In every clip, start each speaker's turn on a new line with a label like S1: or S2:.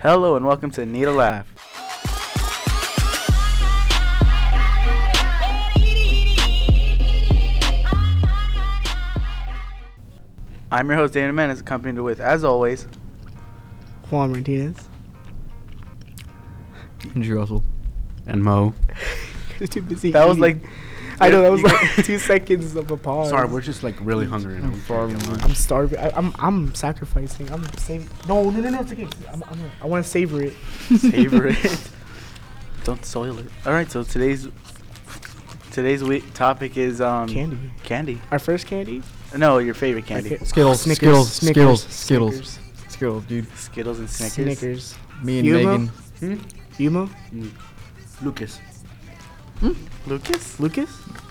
S1: Hello and welcome to Need a Laugh. I'm your host, Dana Menes, accompanied with, as always,
S2: Juan Martinez.
S3: Andrew Russell.
S4: and Mo.
S2: You're too busy.
S1: That was
S2: eating.
S1: like-
S2: I know that was
S1: You-
S2: like two seconds of a pause.
S4: Sorry, we're just like really hungry. And I'm farming.
S2: I'm starving. I, I'm I'm sacrificing. I'm saving. No, no, no, no. It's okay. I'm, I'm, I want to savor it.
S1: Savor It. Don't soil it. All right, so today's today's week topic is um
S2: Candy.
S1: Candy.
S2: Our first candy.
S1: No, your favorite candy.
S2: Okay.
S3: Skittles, Skittles, Skittles, Skittles.
S2: Snickers.
S3: Skittles, dude.
S1: Skittles and Snickers.
S2: Snickers.
S3: Me and
S2: Yuma?
S3: Megan.
S2: Yuma.
S4: Lucas.
S1: Lucas.
S2: Lucas.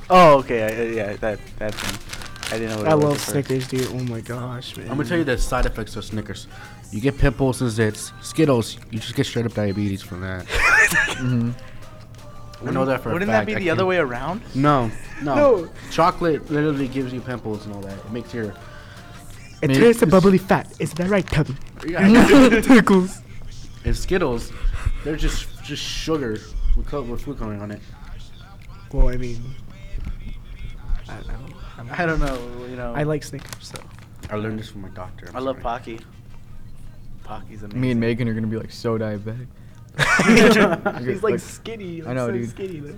S1: Oh, okay. I, I- yeah, that that thing. I didn't know. What
S2: I
S1: it was
S2: love
S1: at first.
S2: Snickers, dude. Oh my gosh, man.
S4: I'm gonna tell you the side effects of Snickers. You get pimples and zits. Skittles, you just get straight up diabetes from that.
S3: Mm-hmm.
S4: I know that for
S1: Wouldn't
S4: a
S1: that
S4: fact.
S1: be
S4: I
S1: the other
S4: can't-
S1: way around?
S4: No, no,
S2: No.
S4: Chocolate literally gives you pimples and all that. It makes your
S2: It
S3: Maybe-
S2: turns to bubbly fat. Is that right, Tubby?
S3: Tickles.
S4: and Skittles, they're just just sugar with co- with food coloring on it.
S2: Well, I mean, I, I don't. I'm,
S1: I don't know. You know.
S2: I like Snickers, so
S4: I learned this from my doctor. I'm
S1: I love
S4: sorry.
S1: Pocky. Pocky's amazing.
S3: Me and Megan are gonna be like so diabetic.
S2: he's like,
S3: Like-
S2: skinny. Like,
S3: I know,
S2: so
S3: dude.
S2: Skinny. Like.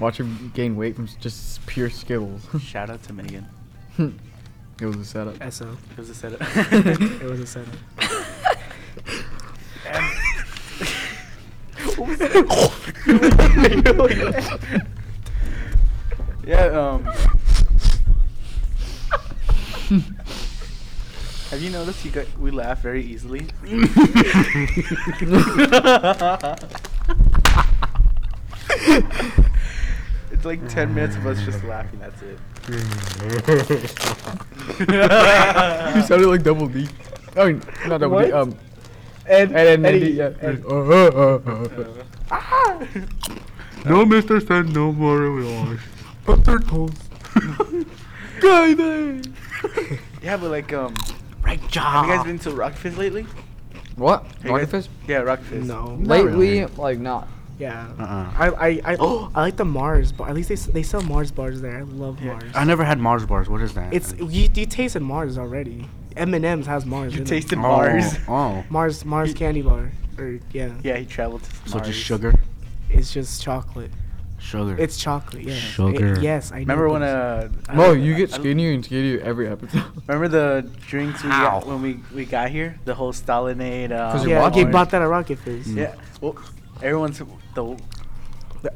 S3: Watch him gain weight from s- just pure Skittles.
S1: Shout out to Megan.
S3: it was a setup.
S2: So
S1: It was a setup.
S2: it was a setup.
S1: yeah. Um. have you noticed you got, we laugh very easily? It's like ten minutes of us just laughing. That's it.
S3: you sounded like Double D. I mean, not Double
S2: What?
S3: D. Um,
S2: And
S3: and then
S2: Eddie,
S3: Eddie, yeah.
S2: Ed-
S3: Uh, uh, uh, uh.
S4: No, Mister Sand, no more we are.
S1: Yeah, but like um. Right job. Have
S4: Uh-uh.
S1: you guys been to Rockfist lately?
S3: What?
S1: Hey, guys.
S3: Rocketfish?
S1: Yeah, Rockfist.
S2: no,
S4: Not
S3: Lately,
S4: really.
S3: like not.
S2: yeah.
S4: Uh-uh.
S2: I I I, I like the Mars, but at least they s- they sell Mars bars there. I love Mars.
S4: I never had Mars bars. What is that?
S2: It's you you tasted Mars already. M and M's has Mars.
S1: You
S2: in it.
S1: tasted
S4: Oh,
S1: Mars.
S4: Oh,
S2: Mars Mars candy bar or yeah,
S1: Yeah, he traveled to Mars.
S4: so just sugar,
S2: it's just chocolate.
S4: sugar.
S2: It's chocolate. Yeah. It-
S4: Sugar.
S2: yes, I know
S1: Remember when
S2: this.
S1: uh? I
S3: Mo,
S1: don't-
S3: you get
S1: I don't-
S3: skinnier and skinnier every episode.
S1: Remember the drinks we
S4: Ow.
S1: got when we, we got here? The whole Stalinade. Um,
S3: you're
S2: yeah, I
S3: watching.
S2: get bought that at Rocket Fizz.
S1: Yeah. Well, everyone's the.
S2: The-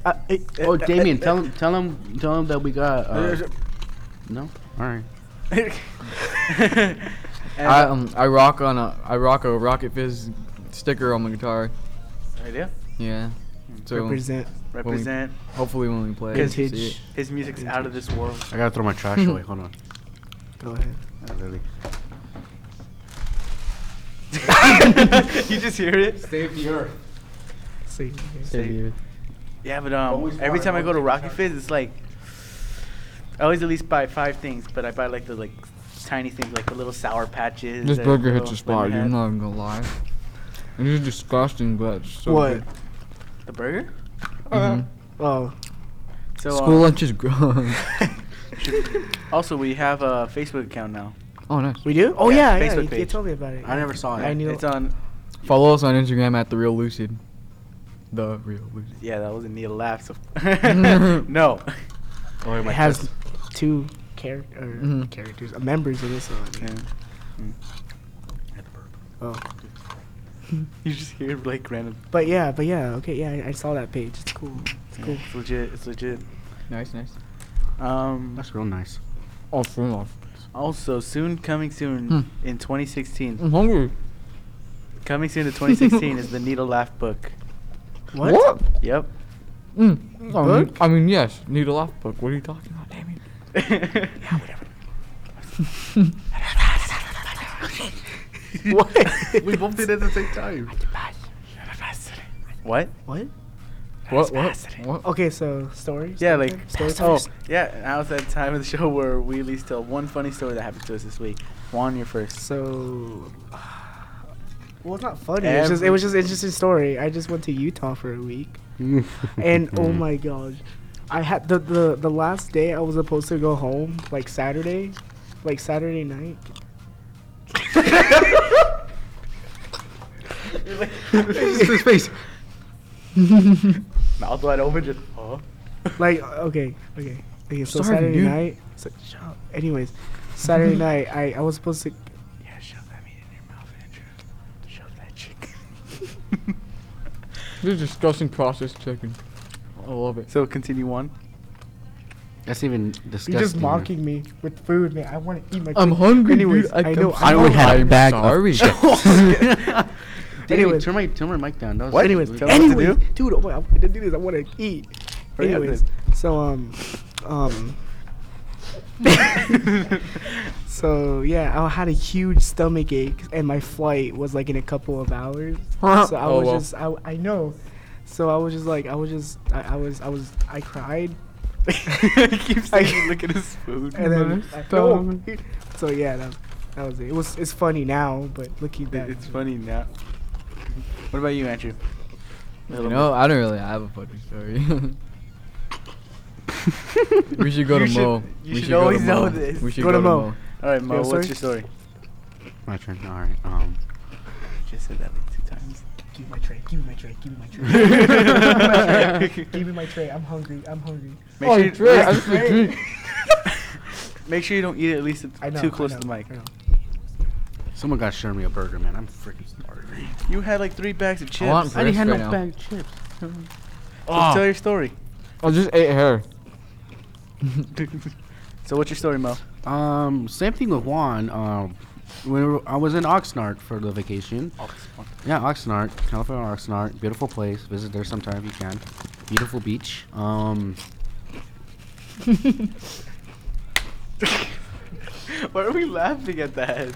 S2: uh, it-
S4: oh, Damien, tell him, tell him, tell him that we got.
S2: eh,
S4: Uh, no, all right.
S1: And-
S3: I um I rock on a I rock a Rocket Fizz sticker on my guitar.
S1: idea.
S3: Yeah. So
S2: represent
S1: Represent.
S3: hopefully when we play,
S1: Vintage.
S3: see it.
S1: His music's out of this world.
S4: I gotta throw my trash away. Hold on.
S2: go ahead
S4: Not really.
S1: you just hear it.
S4: Save the earth.
S2: see
S3: Save
S1: Yeah, but um,
S4: Always
S1: every
S4: buy-
S1: time I go to
S4: always
S1: Rocky Fizz, it's like I always at least buy five things, but I buy like the like tiny things, like the little sour
S3: it.
S1: patches.
S3: This
S1: or
S3: burger
S1: little
S3: hits the spot.
S1: Slim
S3: dude,
S1: Head.
S3: I'm not even gonna lie. It is disgusting, but it's so
S2: what
S3: good.
S1: The burger.
S3: Mhm.
S2: oh
S1: So
S3: School
S1: um,
S3: lunch is gross.
S1: also we have a Facebook account now.
S3: oh nice.
S2: we do oh
S1: Yeah,
S2: yeah yeah,
S1: Facebook
S2: you, you
S1: page.
S2: told me about it
S4: I never saw it.
S2: I knew
S1: It's on.
S3: Follow us on Instagram at the real lucid. The real lucid.
S1: Yeah, that wasn't need a laugh. So no.
S4: Oh,
S2: it
S4: my
S2: has
S4: chest.
S2: two char- or
S3: Mhm.
S2: characters uh, members in it so I mean,
S1: Yeah.
S2: oh
S1: You just hear like random.
S2: but yeah but yeah okay yeah I, I saw that page it's cool it's cool
S1: It's legit. It's legit.
S3: Nice, nice.
S1: Um.
S4: That's real nice.
S3: Oh, soon off.
S1: Also, soon coming soon
S3: Hmm.
S1: in 2016.
S3: I'm hungry.
S1: Coming soon to 2016 is the Needle Laugh book.
S2: What?
S1: Yep.
S3: Mm. I mean-
S2: Book?
S3: I mean, yes. Need a laugh book. What are you talking about, Damien?
S2: what
S4: we both did it at the same time.
S1: what?
S2: what
S3: What? What? What?
S2: okay so stories
S1: Yeah,
S2: okay,
S1: like
S2: stories
S1: oh yeah. Now it's that time of the show where we at least tell one funny story that happened to us this week. Juan, you're first.
S2: so Well, it's not funny. It's just, it was just an interesting story. I just went to Utah for a week, and oh my gosh, I had the, the the last day I was supposed to go home, like Saturday, like Saturday night.
S3: his face.
S1: Mouth wide open, just huh?
S2: Like okay, okay, okay. So
S3: Starving,
S2: Saturday
S3: dude.
S2: night. So, shut up. Anyways, Saturday night I I was supposed to. Yeah, shove that meat in your mouth, Andrew. Shove that chicken.
S3: This is disgusting processed chicken. I love it.
S1: So continue on.
S4: That's even disgusting.
S2: You're just mocking me with food, man. I want to eat my.
S3: I'm
S2: chicken.
S3: hungry,
S2: Anyways,
S3: dude. I,
S2: I know-
S3: don't-
S4: I only had a
S3: I'm
S4: bag
S3: sorry.
S4: of chips. Anyway,
S2: Anyways.
S4: turn my turn my mic down. That was
S1: What?
S2: Anyways,
S1: Tell him what to
S2: anyways, dude, oh my, I want to do this. I want to eat.
S1: Hurry up
S2: Anyways, so um, um, so yeah, I had a huge stomach ache, and my flight was like in a couple of hours. So I
S3: Oh,
S2: was
S3: well.
S2: just, I, I know. So I was just like, I was just, I, I was, I was, I cried.
S1: Keep saying
S2: I-
S1: look at his food.
S2: And then,
S3: Nice
S2: I- no.
S3: stomach.
S2: so yeah, that, that was it. It was, it's funny now, but looking
S1: It-
S2: back,
S1: it's funny now. What about you, Andrew?
S3: You know, I don't really have a funny story. we should go
S1: You
S3: to
S1: should-
S3: Mo.
S1: you
S3: we
S1: should
S3: go to
S1: always
S3: Mo.
S1: know this.
S3: We should
S2: Go
S3: go,
S2: to
S3: to
S2: Mo.
S3: Mo.
S1: All right, Mo,
S2: Yeah,
S1: what's your story?
S4: my turn. All right. Um,
S1: Just said that like two times.
S2: Give me my tray. Give me my tray. Give me my tray. give me my tray. I'm hungry. I'm hungry.
S1: Make,
S3: oh,
S1: sure, you,
S3: Dre, I just
S2: Dre.
S3: Dre.
S1: make sure you don't eat it at least at-
S2: I know.
S1: too close
S2: I know,
S1: to the mic.
S2: I know.
S4: someone got sharing me a burger, man. I'm freaking starving.
S1: You had like three bags of chips.
S3: I want Oh. bread.
S4: already had
S3: right
S4: no
S3: now.
S4: bag of chips.
S1: So tell your story.
S3: I just ate hair.
S1: So what's your story, Mo?
S4: Um, same thing with Juan. Um, when we were- I was in Oxnard for the vacation. Yeah, Oxnard, California Oxnard, beautiful place. Visit there sometime if you can. Beautiful beach. Um,
S1: Why are we laughing at that?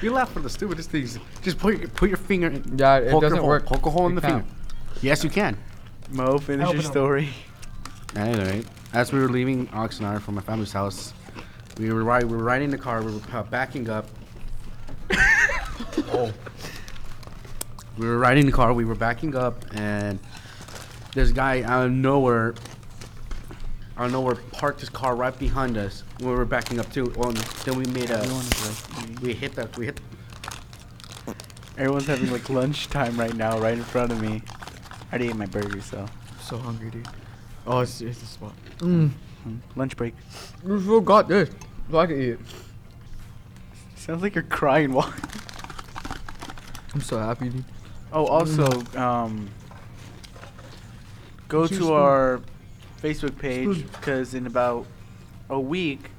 S4: you laugh for the stupidest things. Just put your, put your finger. In,
S3: Yeah, it
S4: poke your
S3: doesn't
S4: hole-
S3: work.
S4: Poke a hole in
S3: It
S4: the
S3: can't.
S4: finger. Yes, you can.
S1: Mo, finish
S2: Open
S1: your
S2: up.
S1: story.
S4: Anyway, as we were leaving Oxnard from my family's house, we were riding, we were riding the car, we were pa- backing up. oh. We were riding the car, we were backing up, and this guy out of nowhere, out of nowhere, parked his car right behind us when we were backing up too. Well, then we made a, we hit the, we hit,
S1: Everyone's having like lunchtime right now, right in front of me. I already ate my burger, so
S3: so hungry, dude. Oh, it's, it's the spot.
S1: mm, lunch break.
S3: You still got this. So I can eat it.
S1: Sounds like you're crying. Why?
S3: I'm so happy, dude.
S1: Oh, also, um, go
S3: What's your
S1: to
S3: story?
S1: our Facebook page because in about a week,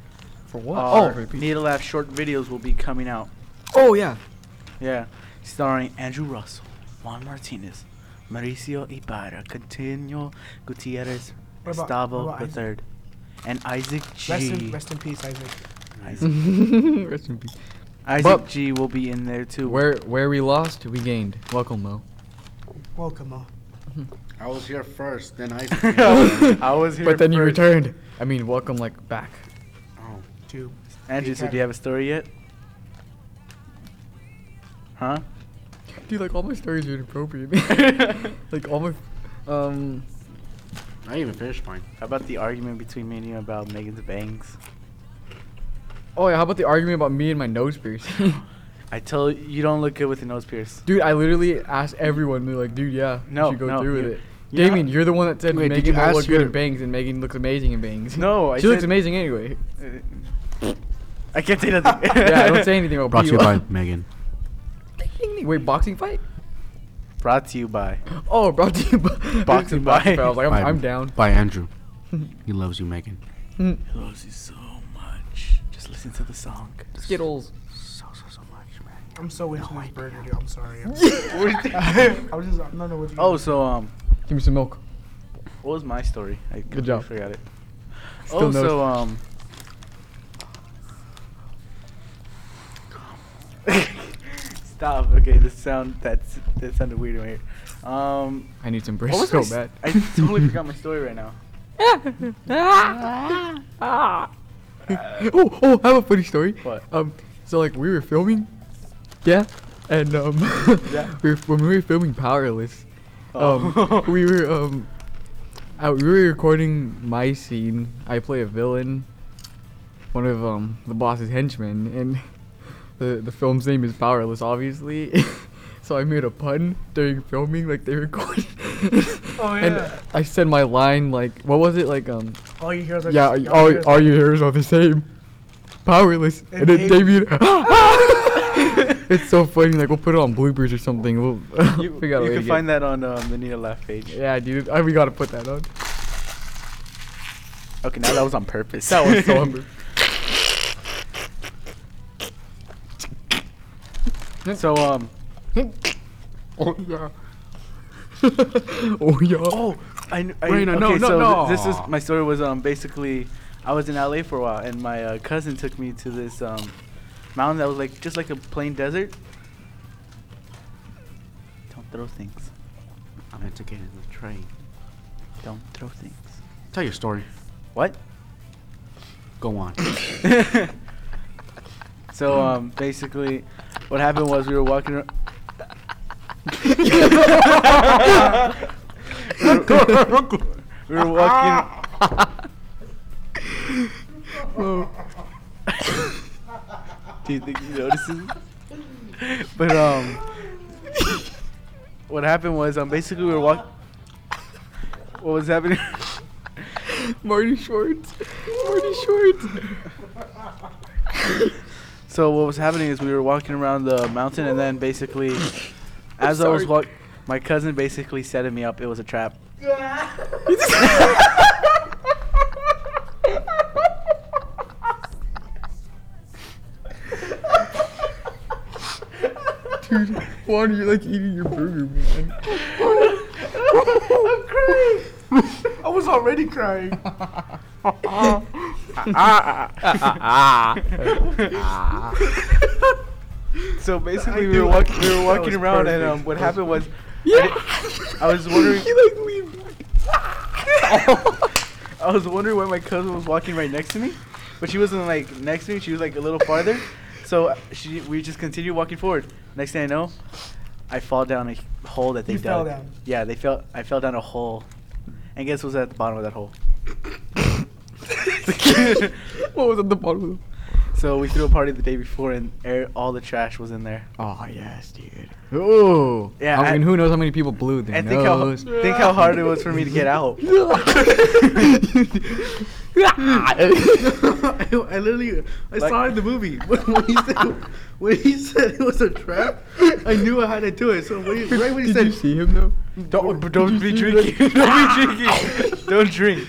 S3: For what?
S1: our
S3: oh,
S1: Need to Laugh short videos will be coming out.
S3: oh yeah.
S1: Yeah, starring Andrew Russell, Juan Martinez, Mauricio Ibarra, Continuo Gutierrez,
S2: What about-
S1: Gustavo
S2: what about
S1: the
S2: Isaac?
S1: Third, and Isaac G.
S2: Rest in, rest in peace, Isaac.
S1: Isaac,
S3: Rest in peace.
S1: Isaac
S3: But-
S1: G. will be in there too.
S3: Where where we lost, we gained. Welcome, Mo.
S2: Welcome, Mo.
S4: I was here first, then I.
S1: I was here.
S3: But then you
S1: first.
S3: returned. I mean, welcome like back.
S4: oh.
S2: Dude,
S1: Andrew, so do you have a story yet? Huh?
S3: Dude, like all my stories are inappropriate. like all my, um,
S4: I even finished mine.
S1: How about the argument between me and you about Megan's bangs?
S3: Oh yeah, how about the argument about me and my nose piercing?
S1: I tell you, you don't look good with a nose pierce.
S3: dude, I literally asked everyone. They're like, dude, yeah, you
S1: No,
S3: should go
S1: no,
S3: through
S1: you-
S3: with
S1: you
S3: it.
S1: know-
S3: Damien, you're the one that said
S4: Wait, did
S3: Megan
S4: you
S3: will look
S4: ask
S3: good
S4: your-
S3: in bangs, and Megan looks amazing in bangs.
S1: No, I
S3: she looks
S1: said-
S3: amazing anyway.
S1: I can't say nothing.
S3: yeah, don't say anything. I'll beat you up.
S4: Megan.
S3: Ding, ding, ding. Wait, boxing fight?
S1: Brought to you by.
S3: Oh, brought to you by
S1: Boxing
S3: boxing
S1: fight.
S3: fight. I was like,
S4: By-
S3: I'm, I'm down.
S4: By Andrew. he loves you, Megan.
S1: He loves you so much. Just listen to the song.
S3: Skittles.
S4: So so so much, man.
S2: I'm so into this burger, dude. I'm sorry. I'm sorry. I was just, I don't know what you
S1: Oh, so um,
S3: Give me some milk.
S1: what was my story? I completely
S3: job.
S1: Forgot it.
S3: Still
S1: oh,
S3: knows.
S1: so um. Stop. Okay, this sound that's that sounded weird right here. Um,
S3: I need some
S1: what
S3: braces
S1: was
S3: so
S1: my s-
S3: bad.
S1: I totally forgot my story right now.
S3: oh, oh, I have a funny story.
S1: What?
S3: Um, So like we were filming, yeah, and um,
S1: Yeah.
S3: we were, when we were filming Powerless,
S1: Oh.
S3: um, we were um, I, we were recording my scene. I play a villain, one of um the boss's henchmen, and the the film's name is Powerless, obviously. so I made a pun during filming, like they recorded.
S2: Oh, yeah.
S3: And I said my line like, what was it like um
S2: All you hear is
S3: yeah,
S2: all
S1: oh,
S3: all,
S2: you hear is-
S3: all your heroes are the same. Powerless.
S2: And
S3: And it
S2: Dave-
S3: debuted. it's so funny. Like, we'll put it on bloopers or something. We'll
S1: you,
S3: figure out a
S1: you
S3: way
S1: can
S3: to
S1: find that on um, the Nina Laugh page.
S3: get. Yeah, dude. I, we gotta put that on.
S1: Okay, now that was on purpose.
S3: That was so humble.
S1: so um.
S3: Oh, yeah. oh, yeah.
S1: Oh, I, kn- I
S4: Raina, no,
S1: okay,
S4: no,
S1: so
S4: no.
S1: th- This is my story was um basically I was in LA for a while and my uh, cousin took me to this um mountain that was like just like a plain desert. Don't throw things.
S4: I meant to get in the train.
S1: Don't throw things.
S4: Tell your story.
S1: What?
S4: Go on.
S1: So um basically what happened was we were walking ar- we were walking Do you think he notices? but um, what happened was um basically we were walking. What was happening?
S3: Marty Shorts. Marty Shorts.
S1: so what was happening is we were walking around the mountain and then basically, as I was
S3: sorry.
S1: walk, my cousin basically setting me up. It was a trap.
S3: Dude, why are you like eating your burger, man?
S2: I was already crying.
S1: So basically, we were, walk- we were walking around, and um, what happened was, I was wondering. I was wondering why my cousin was walking right next to me, but she wasn't like next to me. She was like a little farther. So she, we just continued walking forward. Next thing I know, I fall down a hole that they
S2: You
S1: dug.
S2: fell down.
S1: Yeah, they fell. I fell down a hole, and guess what was at the bottom of that hole?
S3: What was at the bottom?
S1: so we threw a party the day before, and air, all the trash was in there.
S3: Oh yes, dude. Ooh.
S1: Yeah,
S3: I
S1: I-
S3: mean, who knows how many people blew their
S1: And think how
S3: nose?
S1: think how hard it was for me to get out.
S4: I, I literally, I saw it in the movie. When, when he said, when he said it was a trap, I knew I had to do it. So when he, right when he
S3: Did
S4: said,
S3: you see him though?
S1: Don't don't be drinking. don't be drinking. Don't drink.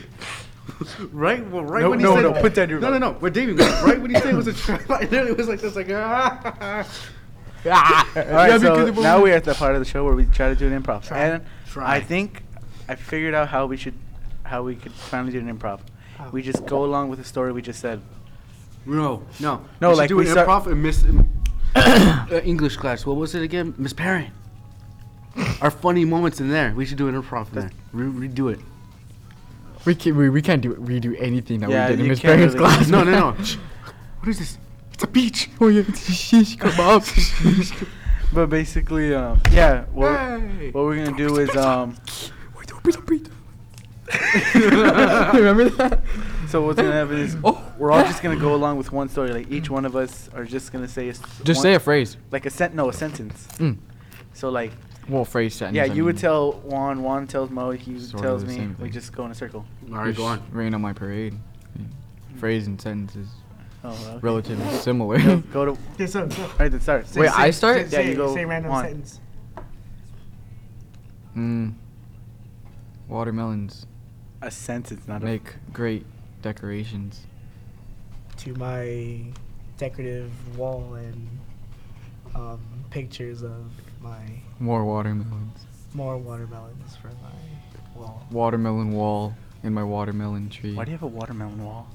S4: right, well, right
S1: No,
S4: when he
S1: no,
S4: said,
S1: no, put that in your
S4: no, no,
S1: mouth.
S4: no, we're David. Right when he said it was a trap, I literally was like this, like ah.
S1: All right,
S3: Yeah,
S1: so
S3: because it
S1: now
S3: was-
S1: we're at the part of the show where we try to do an improv,
S2: Try.
S1: and
S4: Try.
S1: I think I figured out how we should, how we could finally do an improv.
S2: How?
S1: We just go along with the story we just said.
S4: No, no,
S1: No,
S4: We
S1: like,
S4: should do
S1: we
S4: an
S1: start-
S4: improv and Miss uh, English class. What was it again? Miss Parent. Our funny moments in there. We should do an improv in there. Re- redo it.
S3: We can't. We, we can't do redo anything that
S1: Yeah,
S3: we did in
S1: you
S3: Miss
S1: can't
S3: Barron's
S1: really-
S3: class.
S4: No, no, no. Shh. what is this? It's a beach.
S3: Oh yeah, sheesh, come up.
S1: But basically, um, yeah, what,
S4: Hey.
S1: what we're gonna do is, um,
S3: Remember that?
S1: so what's gonna happen is
S3: Oh.
S1: we're all just gonna go along with one story. Like each one of us are just gonna say, a s-
S3: Just
S1: one-
S3: say a phrase.
S1: like a sent no a sentence.
S3: Mm.
S1: So like,
S3: Well, phrase sentence.
S1: yeah,
S3: I
S1: you would
S3: mean.
S1: tell Juan, Juan tells Mo, he
S3: Sort of
S1: tells
S3: the
S1: me.
S3: same
S1: We
S3: thing.
S1: just go in a circle.
S4: All right, go on.
S3: Rain on my parade. Yeah. Phrase and sentences
S1: Oh, okay.
S3: relatively similar.
S1: Go- Go to. All
S2: Okay, so go.
S1: right, then start.
S3: Wait, I start?
S2: Say,
S1: Yeah, you go
S2: say random
S1: on.
S2: sentence.
S3: mm. Watermelons
S1: a sentence, not a.
S3: make great decorations.
S2: To my decorative wall and um, pictures of my
S3: More watermelons.
S2: more watermelons for my wall.
S3: Watermelon wall in my watermelon tree.
S1: Why do you have a watermelon wall?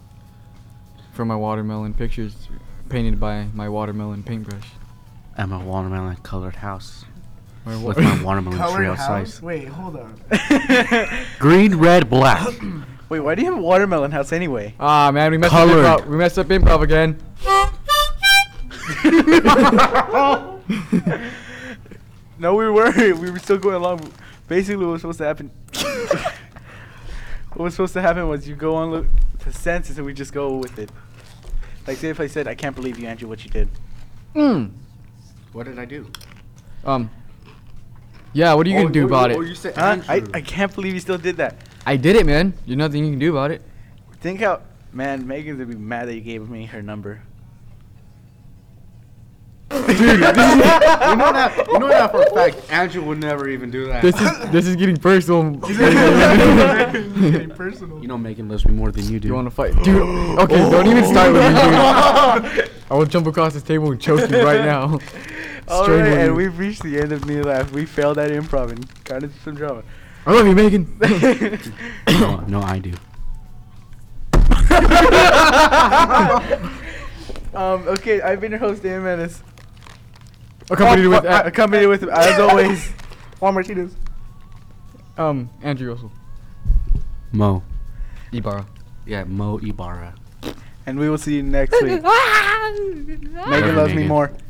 S3: for my watermelon pictures painted by my watermelon paintbrush.
S4: I'm a watermelon colored house
S3: My wa-
S4: with my watermelon
S2: Colored
S4: tree outside.
S2: house? Wait, hold on.
S4: Green, red, black.
S1: Wait, why do you have a watermelon house anyway?
S3: ah man, we messed
S4: Colored.
S3: up improv. We messed up improv again.
S1: No, we were. We were still going along. Basically, what was supposed to happen? what was supposed to happen was you go on look the census and we just go with it. Like, say if I said, "I can't believe you, Andrew, what you did."
S3: Mm.
S4: What did I do?
S3: Um. Yeah, what are you
S4: Oh,
S3: gonna do
S4: oh,
S3: about
S4: oh,
S3: it?
S4: you said
S1: Huh? I,
S4: Andrew.
S1: I can't believe you still did that.
S3: I did it, man. There's nothing you can do about it.
S1: Think how, man, Megan's gonna be mad that you gave me her number.
S4: you know that. You know that for a fact. Andrew would never even do that.
S3: This is this is getting personal.
S2: Getting
S3: you
S2: personal.
S4: you know, Megan loves me more than you do.
S3: want to fight, dude? Okay, don't even
S1: Oh.
S3: start with me, dude. I will jump across this table and choke you right now.
S1: All
S3: Strain
S1: right,
S3: on
S1: and
S3: you.
S1: we've reached the end of New Laugh. We failed at improv and got into some drama.
S3: I love you, Megan.
S4: no, no, I do.
S1: um, okay, I've been your host, Dan Menace.
S3: Accompanied with
S1: Uh,
S3: uh,
S1: accompanied with, as always,
S2: Juan Martinez.
S3: um Andrew Russell.
S4: Mo.
S3: Ibarra.
S4: Yeah, Mo Ibarra.
S1: and we will see you next week. Megan
S2: Ah!
S4: Love you,
S1: loves me
S4: Megan.
S1: more.